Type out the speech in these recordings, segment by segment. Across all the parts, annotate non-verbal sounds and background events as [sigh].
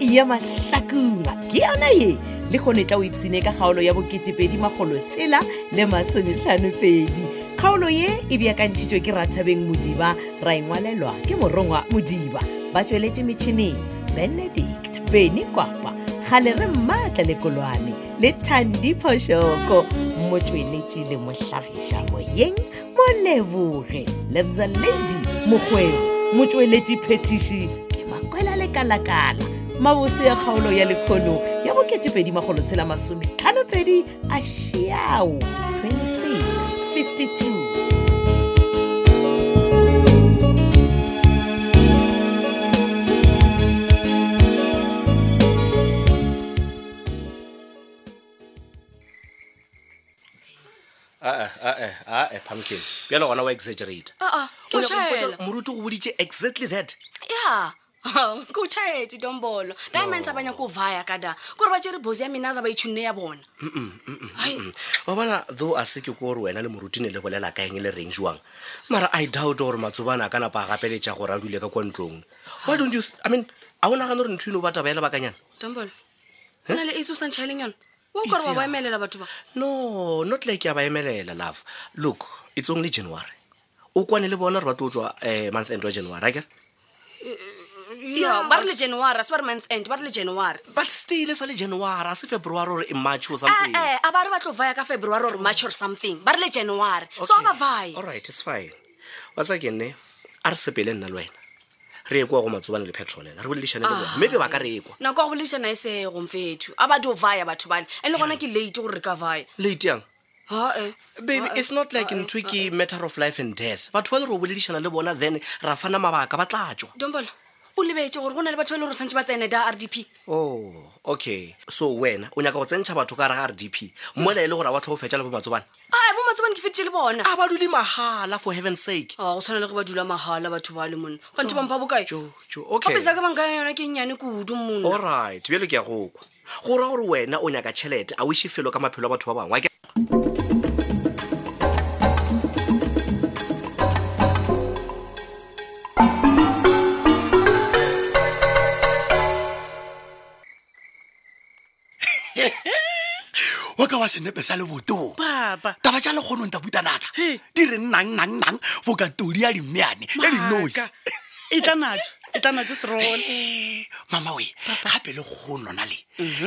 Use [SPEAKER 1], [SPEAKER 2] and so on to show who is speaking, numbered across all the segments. [SPEAKER 1] ya mahlakula ke yona ye le kgone tla o ipsene ka kgaolo ya bokete2edi magolo tshela le masometlhanopedi kgaolo ye e beakantšhitšwe ke rathabeng modiba ra engwalelwa ke morongwa modiba ba tsweletše metšhineng benedict beny kwapa gale re mmaatla lekolwane le thandi phošoko motsweletši le mohlagiša moyeng moleboge lebza lady mokgwebo motsweletši phetiši ke makwela lekalakala mabose ya kgaolo ya lekgono ya bo2edimagolotshelamasometlhanopedi a šiao 2652
[SPEAKER 2] ae ae ae pumpkin bjalo gona wa exaggerate
[SPEAKER 3] aa
[SPEAKER 2] Ke
[SPEAKER 3] ko
[SPEAKER 2] nyaka go botsa-
[SPEAKER 3] tšhaela
[SPEAKER 2] moruti go boditše exactly that
[SPEAKER 3] [laughs] ya ko tšhaetse tombolo diamantsa ba nyako vaya ka da kore ba tšere bosi ya menaza ba itšhunne ya bona Ai,
[SPEAKER 2] Hmm. wa bona though a se ke ko gore wena le moruti ne le bolela ka eng le reng jwang mara i doubt gore matsobane a ka napa a gapeletša gore a dule ka kwa ntlong why don't you i mean a o nagane gore ntho eno o bataba ela bakanyana
[SPEAKER 3] tombolo o
[SPEAKER 2] Eh?
[SPEAKER 3] na le etse o sa ntšhaeleng yona o kore
[SPEAKER 2] Itse
[SPEAKER 3] wa ba
[SPEAKER 2] ya.
[SPEAKER 3] emelela batho ba
[SPEAKER 2] no not like ya ba emelela love look it's only january o kwane le bona gore ba tlo tswa um month end wa january akere
[SPEAKER 3] Ya, ba re le january a se ba re month end ba re le january
[SPEAKER 2] but still e sa le january a se february ore e march or something
[SPEAKER 3] ee a ba re ba tlo vaya ka february or march or something ba re le january so a ba vaye
[SPEAKER 2] alright it's fine wa tsa ke nne a re sepele nna le wena re ekwa go matsobane le petrolela re boledišane le
[SPEAKER 3] Ah.
[SPEAKER 2] bona maybe ba ka re ekwa
[SPEAKER 3] nako ya go boledišana e sego mfetho a ba dio vaya batho bale and le gona ke late gore re ka vaya
[SPEAKER 2] late yang eh.
[SPEAKER 3] ae
[SPEAKER 2] baby it's not like
[SPEAKER 3] uh,
[SPEAKER 2] ntho ke matter of life and death batho ba le re o boledišana le bona then ra fana mabaka ba tla tswa
[SPEAKER 3] dombola o lebetse gore go na le batho ba e le gore santse ba tsene da r d p
[SPEAKER 2] oh okay so wena o nyaka go tsentšha batho ka raga r d p mola e le gore a wa tlho go fetša le bo matsobane
[SPEAKER 3] ae bo matsobane ke fetite le bona
[SPEAKER 2] a ba dule mahala for heaven sake
[SPEAKER 3] a go tshwana le ge ba dula mahala batho ba le monna kante bampha bokae
[SPEAKER 2] Jo, jo, okay.
[SPEAKER 3] gape saka banka ya yona ke nnyane
[SPEAKER 4] Oh,
[SPEAKER 3] kudu monna
[SPEAKER 2] allright bjelo ke ya go kwa go ra gore wena o nyaka tšhelete a o iše felo ka maphelo a batho ba bangwe a ke
[SPEAKER 5] wa ka wa senepe sa lebotong
[SPEAKER 4] papa
[SPEAKER 5] taba tša lekgonong ta putanaka di re nnangnangnang bokatodi ya dimeane le dinose
[SPEAKER 4] Maaka. e tla natso e tla natso serone
[SPEAKER 5] mama oe gape lekgono na le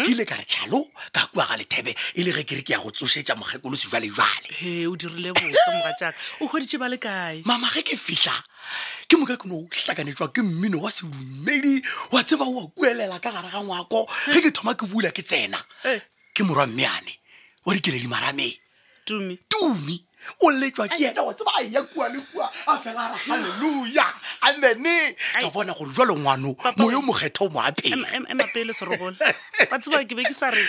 [SPEAKER 5] ke ile ka re tšhalo ka kua ga lethebe e le ge kere ke ya go tsošetša mokgekolosi jwalejwale
[SPEAKER 4] he o dirile botse moga jaaka o goditse ba le kae
[SPEAKER 5] mama ge ke fitlha ke moka ke no hlakanetšwa ke mmino wa sedumedi wa tseba wa kuelela ka gare ga ngwako ge ke thoma ke bula ke tsena
[SPEAKER 4] Eh.
[SPEAKER 5] ke morwa mmeane wa dikeledimarameng
[SPEAKER 4] tumi
[SPEAKER 5] tumi o letswa ke yena wa tseba a ya kua le kua a fela a re halleluja amene ka
[SPEAKER 4] Ai.
[SPEAKER 5] bona gore jalo ngwano
[SPEAKER 4] Papa,
[SPEAKER 5] moyo mokgetha o mo apeng
[SPEAKER 4] emapele serogole ba tseba ke be ke sa re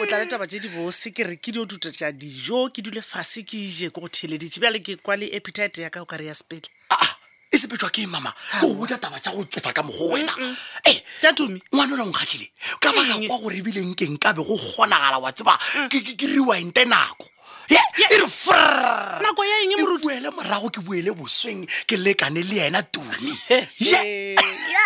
[SPEAKER 4] o tla le taba tse dibose ke re ke dio duta tša dijo ke dule fase ke ije ke go theleditše bjale ke kwa le epitite ya ka o kare ya sepele
[SPEAKER 5] aa e sepetswa ke eng, mama ke
[SPEAKER 4] Ah.
[SPEAKER 5] o botla taba tša go tsefa ka mogo wena e
[SPEAKER 4] tša Mm, tumi
[SPEAKER 5] ngwana ola o nkgatlhile ka baka
[SPEAKER 4] Eng? Mm.
[SPEAKER 5] kwa gore e ebileng keng ka be go kgonagala wa tseba ke- ke ke rewinte nako Ye, e re frr
[SPEAKER 4] nako ya eng e
[SPEAKER 5] ke
[SPEAKER 4] moruti
[SPEAKER 5] boele morago ke boele bosweng ke lekane le yena
[SPEAKER 4] [laughs]
[SPEAKER 5] tumi
[SPEAKER 4] He,
[SPEAKER 5] ye [laughs]
[SPEAKER 4] ya.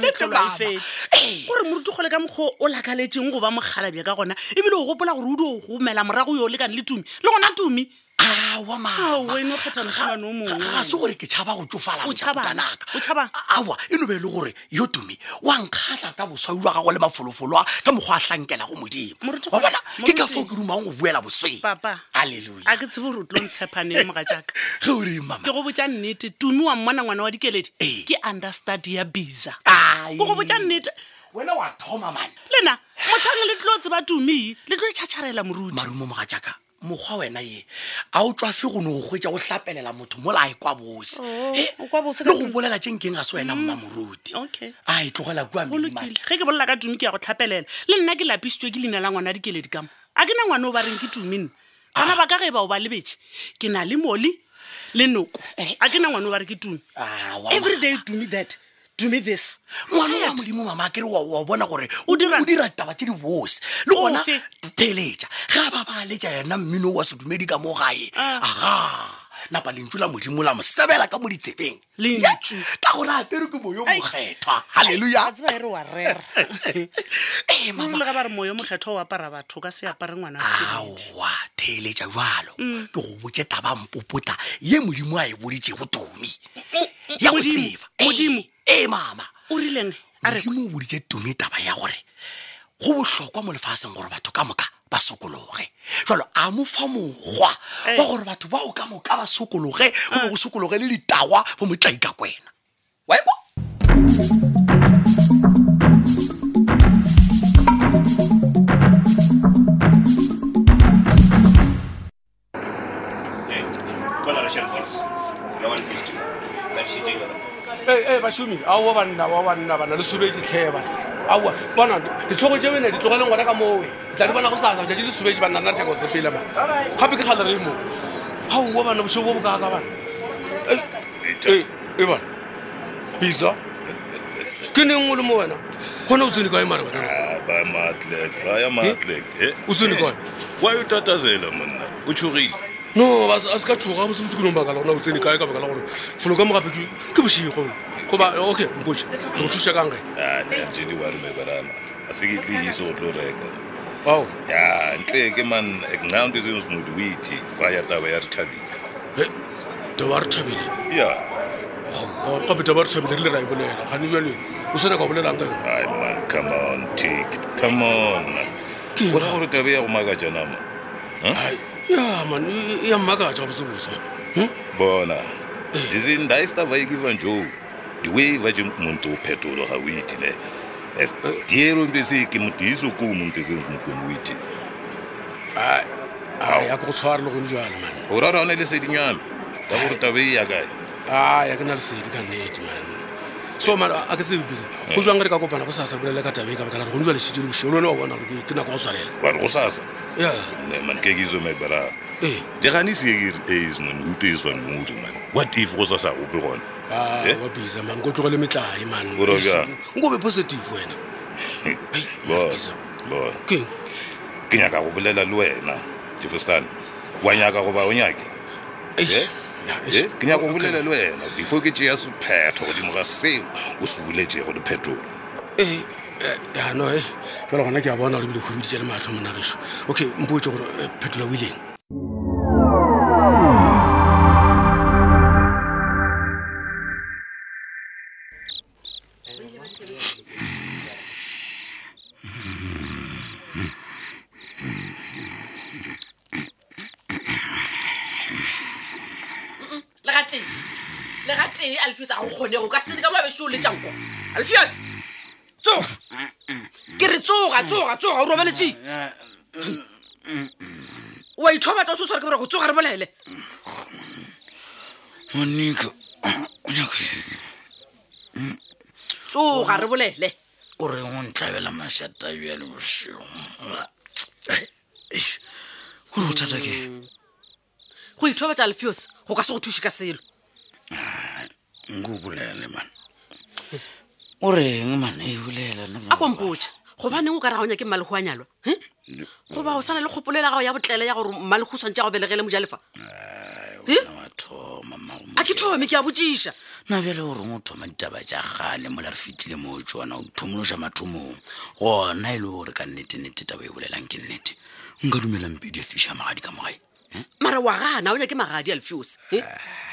[SPEAKER 4] Ya,
[SPEAKER 5] nnete,
[SPEAKER 4] metlholo ha
[SPEAKER 5] mama.
[SPEAKER 4] e fele.
[SPEAKER 5] Ee.
[SPEAKER 4] gore moruti go le ka mokgwa o lakaletseng go ba mokgalabja ka gona ebile o gopola gore o dio gomela morago yo o lekane le tumi le gona tumi
[SPEAKER 5] awa
[SPEAKER 4] Aowa, e no kgetha mosimane o mongwe.
[SPEAKER 5] ga se gore ke tšhaba go tsofala
[SPEAKER 4] O tšhabang?
[SPEAKER 5] motatanaka.
[SPEAKER 4] O tšhabang?
[SPEAKER 5] A- aowa e no be e le gore yo tumi wa nkgatlha ka boswai lwa gago le mafolofolo a- ka mokgwa a hlankela go modimo
[SPEAKER 4] Moruti
[SPEAKER 5] wa
[SPEAKER 4] kgole-
[SPEAKER 5] bona ke ka
[SPEAKER 4] moruti.
[SPEAKER 5] fao ke dumang go buela bosweng
[SPEAKER 4] papa a
[SPEAKER 5] halleluja
[SPEAKER 4] ke tsebe gore o tlo ntshepaneng moga jaaka
[SPEAKER 5] ge o reng mama
[SPEAKER 4] ke go botsa nnete tumi wa mmona ngwana wa dikeledi
[SPEAKER 5] Ee.
[SPEAKER 4] ke understudy ya bisa
[SPEAKER 5] Ai.
[SPEAKER 4] ke go botsa nnete
[SPEAKER 5] wena wa thoma mane
[SPEAKER 4] lena mothang le tlo tseba tumi le tlo tšhatšharela moruti
[SPEAKER 5] marumo moga jaaka mokgwa wena ye a o tswafe go ne go hwetša go hlapelela motho mola a e kwa bose
[SPEAKER 4] Oh,
[SPEAKER 5] Eh,
[SPEAKER 4] o kwa bose ka
[SPEAKER 5] le go
[SPEAKER 4] Tumi.
[SPEAKER 5] bolela tše nkeng ga se wena mma moruti
[SPEAKER 4] okay
[SPEAKER 5] a e tlogela kua
[SPEAKER 4] go lokile
[SPEAKER 5] mmimane
[SPEAKER 4] ge ke bolela ka tumi ke ya go tlhapelela le nna ke lapisitswe ke leina la ngwana a dikeledi kamo a ke na ngwana o ba reng ke tumi nna bana ba ka ge ba o ba lebetse ke na le mole le noko a ke na ngwana o ba re ke tumi
[SPEAKER 5] awa
[SPEAKER 4] every day tumi that tumi this
[SPEAKER 5] ngwana wa
[SPEAKER 4] Tšhete.
[SPEAKER 5] modimo mama kere wa wa bona gore
[SPEAKER 4] O
[SPEAKER 5] o
[SPEAKER 4] dirang?
[SPEAKER 5] o dira taba tse di bose le gona
[SPEAKER 4] Ofe?
[SPEAKER 5] teletša ga ba ba letša yena mmino wa sedumedi ka mo gae
[SPEAKER 4] Ah.
[SPEAKER 5] aga napa lentso la modimo la mo sebela ka mo ditsebeng
[SPEAKER 4] Lentšu.
[SPEAKER 5] Ye, ka gore apere ke moyo mokgethwa halleluja
[SPEAKER 4] a tseba e re wa rera
[SPEAKER 5] ee mama
[SPEAKER 4] le ga ba re moyo mokgethwa o apara batho o ka se apare ngwana wa kedi.
[SPEAKER 5] aowa theeletša jalo
[SPEAKER 4] Mm.
[SPEAKER 5] ke go botse tabampopota ye modimo a e boditsego tomi ya go
[SPEAKER 4] Mm, Modimo,
[SPEAKER 5] tseba Ee,
[SPEAKER 4] Modimo.
[SPEAKER 5] ee mama
[SPEAKER 4] o rileng a re
[SPEAKER 5] modimo o boditse tumi taba ya gore go bohlokwa mo lefaseng gore batho ka moka ba sokologe jalo a mo fa mokgwa
[SPEAKER 4] Eh.
[SPEAKER 5] wa gore batho bao ka moka ba sokologe go be go sokologe le ditagwa bo motlai ka kwena wa ekwa
[SPEAKER 6] ee bašomi Eh, aowa banna wa banna bana le sobetse tlheba aowa bona ditlhogo tse wena di tlogele ngwana ka mooe ke tla di bona go sasa jate le sobetse banna nna theko sepele ma gape ke gale re mo aowa bana bošo bo bokaka bana Eh, eh, e bana bisa ke neng o le mo wena gona o tsene kae mare wena
[SPEAKER 7] baya maatlek baya maatlek Eh,
[SPEAKER 6] O sone kae?
[SPEAKER 7] wa o tatazela monna o tshogile
[SPEAKER 6] no a se a se ka tshoga mo semosekelong baka la gona o tsene kae ka baka la gore folo ka mogape ke ke bošego goba okay mpoe re go thusa kange
[SPEAKER 7] Ah, jene wa remeberana a se ke tle ise go tlo reka
[SPEAKER 6] ao
[SPEAKER 7] ya ntle ke man nna nto seno semodi o ithe fa ya taba ya re thabile
[SPEAKER 6] taba Eh, re thabile
[SPEAKER 7] ya
[SPEAKER 6] gape taba re thabile re le ra e bolela gane jale o sena ka bolelang ka yona
[SPEAKER 7] ai man come on take it come on
[SPEAKER 6] Ke
[SPEAKER 7] ora
[SPEAKER 6] ra-
[SPEAKER 7] gore tabe ya go makatša nama
[SPEAKER 6] Ai, ya man e- e ya mmakatsa gabosebosa
[SPEAKER 7] bona jese ndaistava ikiva njou diweva je muntu uphetolo ga o ithe ne Es- dielo nto se ke motho iso ko muntu sense mokone o ithe
[SPEAKER 6] ya ke go tshware le gone jale man
[SPEAKER 7] o ra rane le sedinyana ka gore tabe e ya kae
[SPEAKER 6] a ya ke na le sedi ka nnete man so man a a ke tsebepisa go jwang re ka kopana go sasa re bolele ka tabe ka baka la re gone jale šitse le bošhe le one wa bona gore ke- ke nako ya go tswalela
[SPEAKER 7] wa re go sasa
[SPEAKER 6] ya e,
[SPEAKER 7] ne man ke ke iso mebera
[SPEAKER 6] ee
[SPEAKER 7] jegane seekere as man uto e swan modi man what if go sasa gope gona Eh?
[SPEAKER 6] wa bisa man ko tlogele metlae man
[SPEAKER 7] O ra bjang?
[SPEAKER 6] nkobe positive wena
[SPEAKER 7] bona
[SPEAKER 6] Bisa.
[SPEAKER 7] bona
[SPEAKER 6] keng
[SPEAKER 7] ke nyaka go bolela le wena jefferstan wa nyaka goba o nyake Eh? Eh, ke nyaka go bolela le wena before ke tšea sephetho godimo ga seo o se buletšego diphetolo
[SPEAKER 6] ee ano e jalo gona ke a bona gore ebile kgobiditse le matlho monageso okay mpoetse gore eh, phetola o ileng
[SPEAKER 3] legatee legatee alfios a go kgonego ka sele ka moabeso o letjanko alfios tsoga ke re tsoga tsoga tsoga o robeletše wa ithobatla o se o sware ke borako tsoga re bolele
[SPEAKER 8] monika o nyaka
[SPEAKER 3] tsoga re bolele
[SPEAKER 8] o reng o ntlabela mašata bjale bošego gore bothata ke
[SPEAKER 3] go ithobatla alfios go ka se go thuše ka selo
[SPEAKER 8] nko o bolele man o reng man e bolela na
[SPEAKER 3] a kompotša gobaneng o ka re ga o nyake mmalego a nyalwa he? goba o sana le kgopolo ela gago ya botlele ya gore mmalego o swantse a go belegele mojalefa
[SPEAKER 8] wena wa thoma mmago
[SPEAKER 3] a ke thome ke a botšiša
[SPEAKER 8] na bjale o reng o thoma ditaba tša kgale mola re fetile mo tsona o thomološa mathomong gona e le gore ka nnete-nnete taba e bolelang ke nnete nka dumelampedi a fiša magadi ka mogae
[SPEAKER 3] mara wa gana o nyake magadi alfios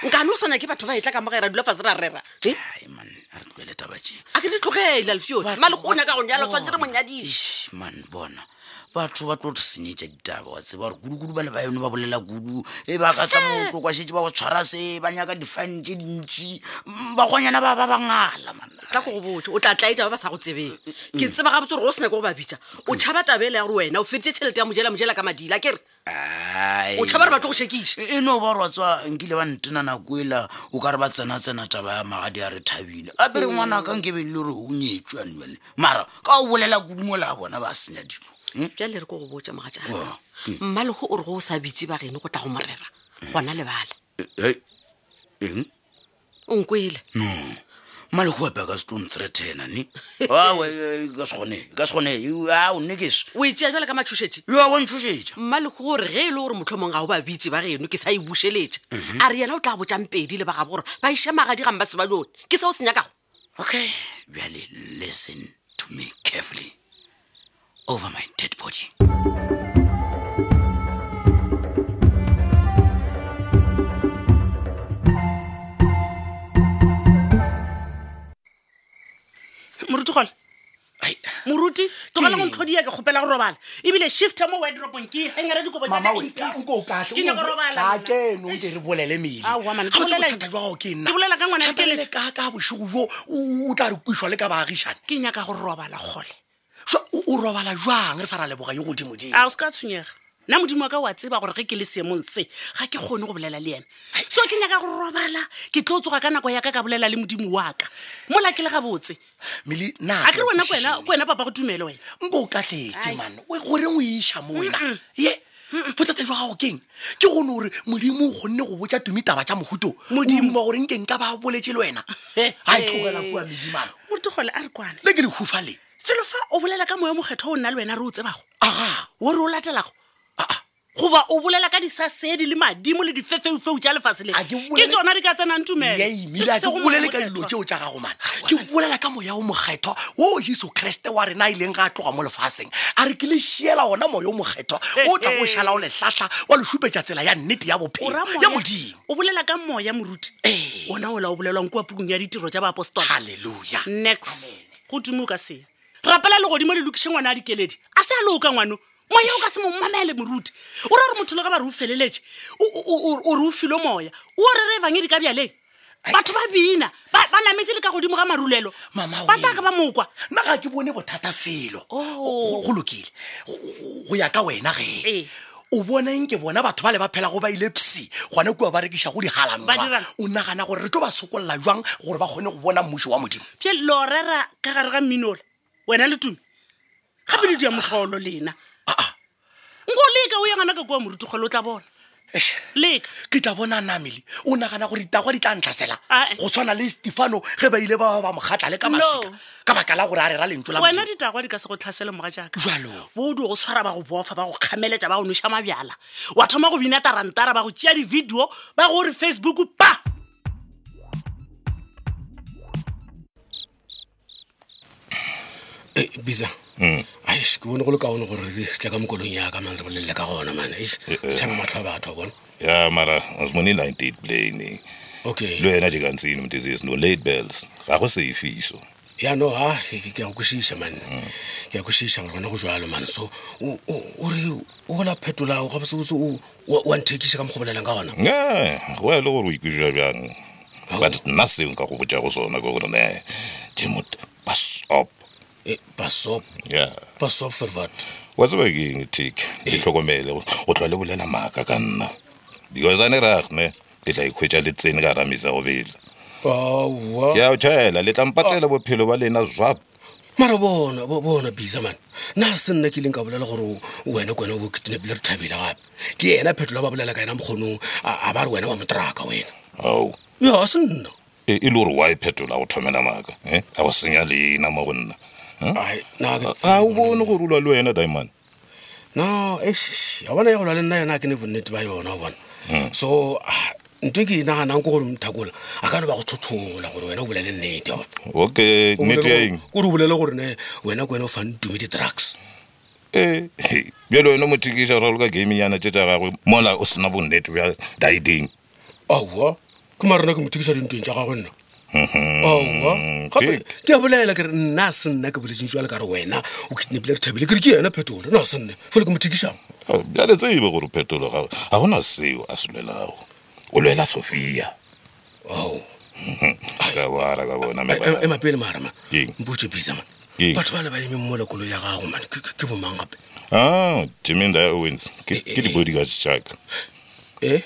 [SPEAKER 3] nkane o sa nyake batho ba e tla ka mogera dula fase ra rera he?
[SPEAKER 8] ai man a re tloele taba tšee
[SPEAKER 3] a ke di tlogele alfios maleko o nyaka go nyala tshwanetse re monyadiše
[SPEAKER 8] Eish, man bona batho ba tlo re senyetša ditaba wa tseba gore kudu-kudu ba le baeno ba bolela kudu e ba ka tla motlo kwa šetse ba go tshwara se ba nyaka difane tše dintši Mm, bakgonyana ba ba bangala manna
[SPEAKER 3] tla ko go botse o tla tlaetša ba ba sa go tsebeng ke tseba gabotse gore o se nyake go ba bitša o tšhaba tabele ya gore wena o feditše tšhelete ya mojela mojela ka madila ke re o tšhaba re batlo go šhekiša
[SPEAKER 8] e no ba gore wa tswa nkile ba ntena nako ela o ka re ba tsena-tsena taba ya magadi a re thabile gape re ngwana ka nkebe le gore o nyetswe anuele mara ka o bolela kudu mola a bona ba senya dilo Mm?
[SPEAKER 3] bjale re ko go botse mogatšaa
[SPEAKER 8] Wa,
[SPEAKER 3] mmalego o re go o sa bitse ba geno go tla go morera gona lebala
[SPEAKER 8] Eh, eh, eng
[SPEAKER 3] o nkwele
[SPEAKER 8] maleko ape a ka se tlo nthretena ne awe e ka se kgone e ka se kgone ao nne keso
[SPEAKER 3] o e tea jale ka matšhošetše
[SPEAKER 8] yo a bontshosetša
[SPEAKER 3] mma le gore ge e le gore motlho mongwe ga o ba bitse ba geno ke sa e bušeletša a re yena o tla botsang pedi le ba gabo gore ba iša magadi gang ba se ba none ke seo se nyakago
[SPEAKER 8] okay bjale listen to me carefully over my dead body
[SPEAKER 4] moruti gole moruti togala go ntlhodia ke kgopela go robala ebile shifta mo wedropong ke hengere dikobo tsa ka in peace. Ke nyaka go robala
[SPEAKER 5] keno
[SPEAKER 4] nna.
[SPEAKER 5] nke re bolele
[SPEAKER 4] Aowa man, ke bolela-
[SPEAKER 5] jao ke
[SPEAKER 4] ke bolela ka ngwana dikeletše.
[SPEAKER 5] ka bosego jo o o tla re kwišwa le ka baagišane
[SPEAKER 4] ke nyaka go robala gole
[SPEAKER 5] So, o o robala jang re sa ra leboga yo godimodimo
[SPEAKER 4] a o se ka tshwenyega nna modimo wa ka wa tseba gore ge ke le seemong se ga ke kgone go bolela le ena so ke nyaka go robala ke tlo tsoga ka nako ya ka ka bolela le modimo wa ka mola ke le gabotse
[SPEAKER 5] mmele
[SPEAKER 4] a kere wena ko wena- ko wena papa go tumele wena
[SPEAKER 5] nko o katletse man We- goreng o iša mo wena ye bothata jwa gago keng ke gone gore modimo o kgonne go botsa tumi taba tsa mohuto o
[SPEAKER 4] Modimo.
[SPEAKER 5] duma gore nkeng ka ba boletse le
[SPEAKER 4] [laughs]
[SPEAKER 5] wena a e tlogela kua medimana
[SPEAKER 4] morutigole a re kwane
[SPEAKER 5] le ke lehufa le
[SPEAKER 4] felo fa o bolela ka moya mokgetho o nna le wena re o tsebago
[SPEAKER 5] aga
[SPEAKER 4] o re o latelago goba o bolela ka disasedi le madimo le difefeufeu tja lefatshe le
[SPEAKER 5] Ha ke
[SPEAKER 4] ke
[SPEAKER 5] bolele-
[SPEAKER 4] tsona di ka tsenang tumelo
[SPEAKER 5] ye emile a ke bolele ka dilo tseo tja gago mana ke bolela ka moya o mokgethwa wo jesu kreste wa rena a ileng ga a tloga mo lefatsheng a re ke le šiela ona moya o mokgethwa o tla go šhala o letlhatlha wa le šupetša tsela ya nnete ya bophelo ya modimo
[SPEAKER 4] o bolela ka moya moruti
[SPEAKER 5] Ee.
[SPEAKER 4] ona ola o bolelwang kua pukung ya ditiro tja baapostola
[SPEAKER 5] halleluja
[SPEAKER 4] next go tume o ka sea rapela legodimo le lokiše ngwana a dikeledi a se a le o ka ngwano moya o ka se mo mamele moruti o ra gore motho le ka ba re o feleletše o- o- o- o re o file moya o re re evang e di ka bjaleng batho ba bina ba ba nametse le ka godimo ga marulelo
[SPEAKER 5] Mama
[SPEAKER 4] ba tla
[SPEAKER 5] wee.
[SPEAKER 4] ka ba mokwa
[SPEAKER 5] nna ga ke bone bothata felo
[SPEAKER 4] Oh.
[SPEAKER 5] go go lokile Go- go- go ya ka wena ge
[SPEAKER 4] Ee.
[SPEAKER 5] o boneng ke bona batho ba le ba phela go ba ile psi gona kua ba rekiša go
[SPEAKER 4] Ba
[SPEAKER 5] digalantshwa
[SPEAKER 4] dirang?
[SPEAKER 5] o nagana gore re tlo ba sokolola jwang gore ba kgone go bona mmušo wa modimo
[SPEAKER 4] pje lo rera ka gare ga mminola wena le tume gape le dia motlholo lena nko leka o yangana ka kua morutigole o tla bona
[SPEAKER 5] Eish,
[SPEAKER 4] leka
[SPEAKER 5] ke tla bona namele o nagana gore ditagwa di tla ntlhasela
[SPEAKER 4] Ah, eh.
[SPEAKER 5] go tshwana le stefano ge ba ile ba ba ba mogatlha le ka
[SPEAKER 4] No.
[SPEAKER 5] masika ka baka la gore a rera lentso la
[SPEAKER 4] wena
[SPEAKER 5] modimo
[SPEAKER 4] ditagwa di ka se go tlhasele moga jaaka
[SPEAKER 5] jalo
[SPEAKER 4] boodu go tshwara ba go bofa ba go kgameletša ba go noša mabjala wa thoma go bina tarantara ba go tšea di-video ba gore facebook pa
[SPEAKER 6] bisa Eh,
[SPEAKER 7] Mm.
[SPEAKER 6] aish ke bone go le kaone gore re tla ka mokolong yaka man re bolelele ka gona man
[SPEAKER 7] Eh,
[SPEAKER 6] tšhaba matlho a batho a bona
[SPEAKER 7] ya mara asimoni nineteen plane
[SPEAKER 6] okay
[SPEAKER 7] le wena nje kantsini mntizisi no late bells ga go seifiso
[SPEAKER 6] yaano ha ah, ke ke- ke a go kwešiša man
[SPEAKER 7] Mm.
[SPEAKER 6] ke a kwešiša gore gona go jalo man so o- o o re o gola phetola o gabosebotse wa nthekiša ka mo go bolelang ka gona
[SPEAKER 7] e go ya le gore o ikwesa bjang but nna seo nka go botsa go sona ke gore ne jemot basop
[SPEAKER 6] Eh, basop
[SPEAKER 7] ya
[SPEAKER 6] basop for what
[SPEAKER 7] wa tseba keng tik ke tlhokomele go tloa le bolela maaka ka nna because a ne ragne le tla ikhwetša le tsene ka ramisa go bela
[SPEAKER 6] awa
[SPEAKER 7] ke a o tšhaela le tla mpatlela bophelo ba lena zwap
[SPEAKER 6] mara bona bo- bona bisa man nna se nna ke ileng ka bolela gore o- wena kone o bo kitinepile re thabile gape ke ena phetola ba bolela ka ena mokgonong a a ba re wena wa moteraka wena
[SPEAKER 7] ao
[SPEAKER 6] ya se nna
[SPEAKER 7] e e le gore wa e phetola go thomela maaka e a go senya leina mo go nna
[SPEAKER 6] Ai, nna
[SPEAKER 7] ga
[SPEAKER 6] ke
[SPEAKER 7] Mm. Eh, o bone gore ulwa le wena diamond
[SPEAKER 6] no eh, eish, ya bona ya go lwa le nna yona a ke ne bonnete ba yona o bona
[SPEAKER 7] Hmm.
[SPEAKER 6] so ah, ntho e ke inaganang ke gore mthakola a ka no ba go thothola gore wena o bolele nnete ya bona.
[SPEAKER 7] okay
[SPEAKER 6] O bolele
[SPEAKER 7] nnete ya
[SPEAKER 6] gore-
[SPEAKER 7] eng
[SPEAKER 6] ke gore o bolele gore ne wena ke wena o fang tume di-drugs
[SPEAKER 7] ee Eh, bjale wena o mo thikiša ralo ka gamenyana tše tša gagwe mola o sena bonnete bja diding
[SPEAKER 6] aowa ke marena ke mothekisa dintweng tja gagwe nna
[SPEAKER 7] Mhm. Hmm,
[SPEAKER 6] aowa gape
[SPEAKER 7] Dick.
[SPEAKER 6] ke a bolela kere nna a se nna ke boletseng jwa le kare wena o kidnapile re thabile kere ke yena phetola nna a se nne fole ke mothekisang
[SPEAKER 7] Ao, Oh, bjale tsebe gore phetolo gago ga gona seo a se lwelago o lwela sophia
[SPEAKER 6] ao
[SPEAKER 7] ka bara ka bona
[SPEAKER 6] Ai, em-
[SPEAKER 7] meba-
[SPEAKER 6] ema pele marama
[SPEAKER 7] Keng?
[SPEAKER 6] mpotse bisa man
[SPEAKER 7] Keng?
[SPEAKER 6] batho ba le ba emeng mola kolo ya gago man ke- ke ke bomang gape
[SPEAKER 7] Ah, Jermaine Dyer owens ke
[SPEAKER 6] Eh, eh,
[SPEAKER 7] ke di-bodyguards jaaka
[SPEAKER 6] e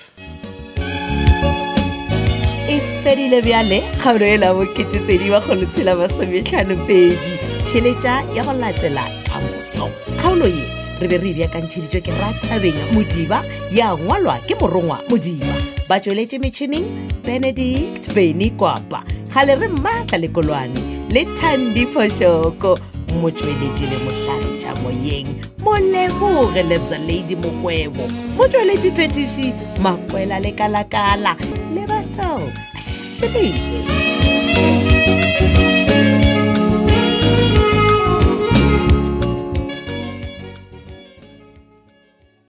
[SPEAKER 1] e fedile bjale kgaolo e la bokete2edi magolotshela masometlhano pedi theletša ya go latela kamoso kgaolo ye re be re ebjakantšheditšwe ke ratabeng modiba ya ngwalwa ke morongwa modiba ba tsweletše metšhineng benedict beny kwapa ga le re maatla le kolwane le thandi phošoko motsweletši le mohlagetša moyeng moleboge lebza ladi mokgwebo motsweletši phetiši makwela le kalakala le batho ashebe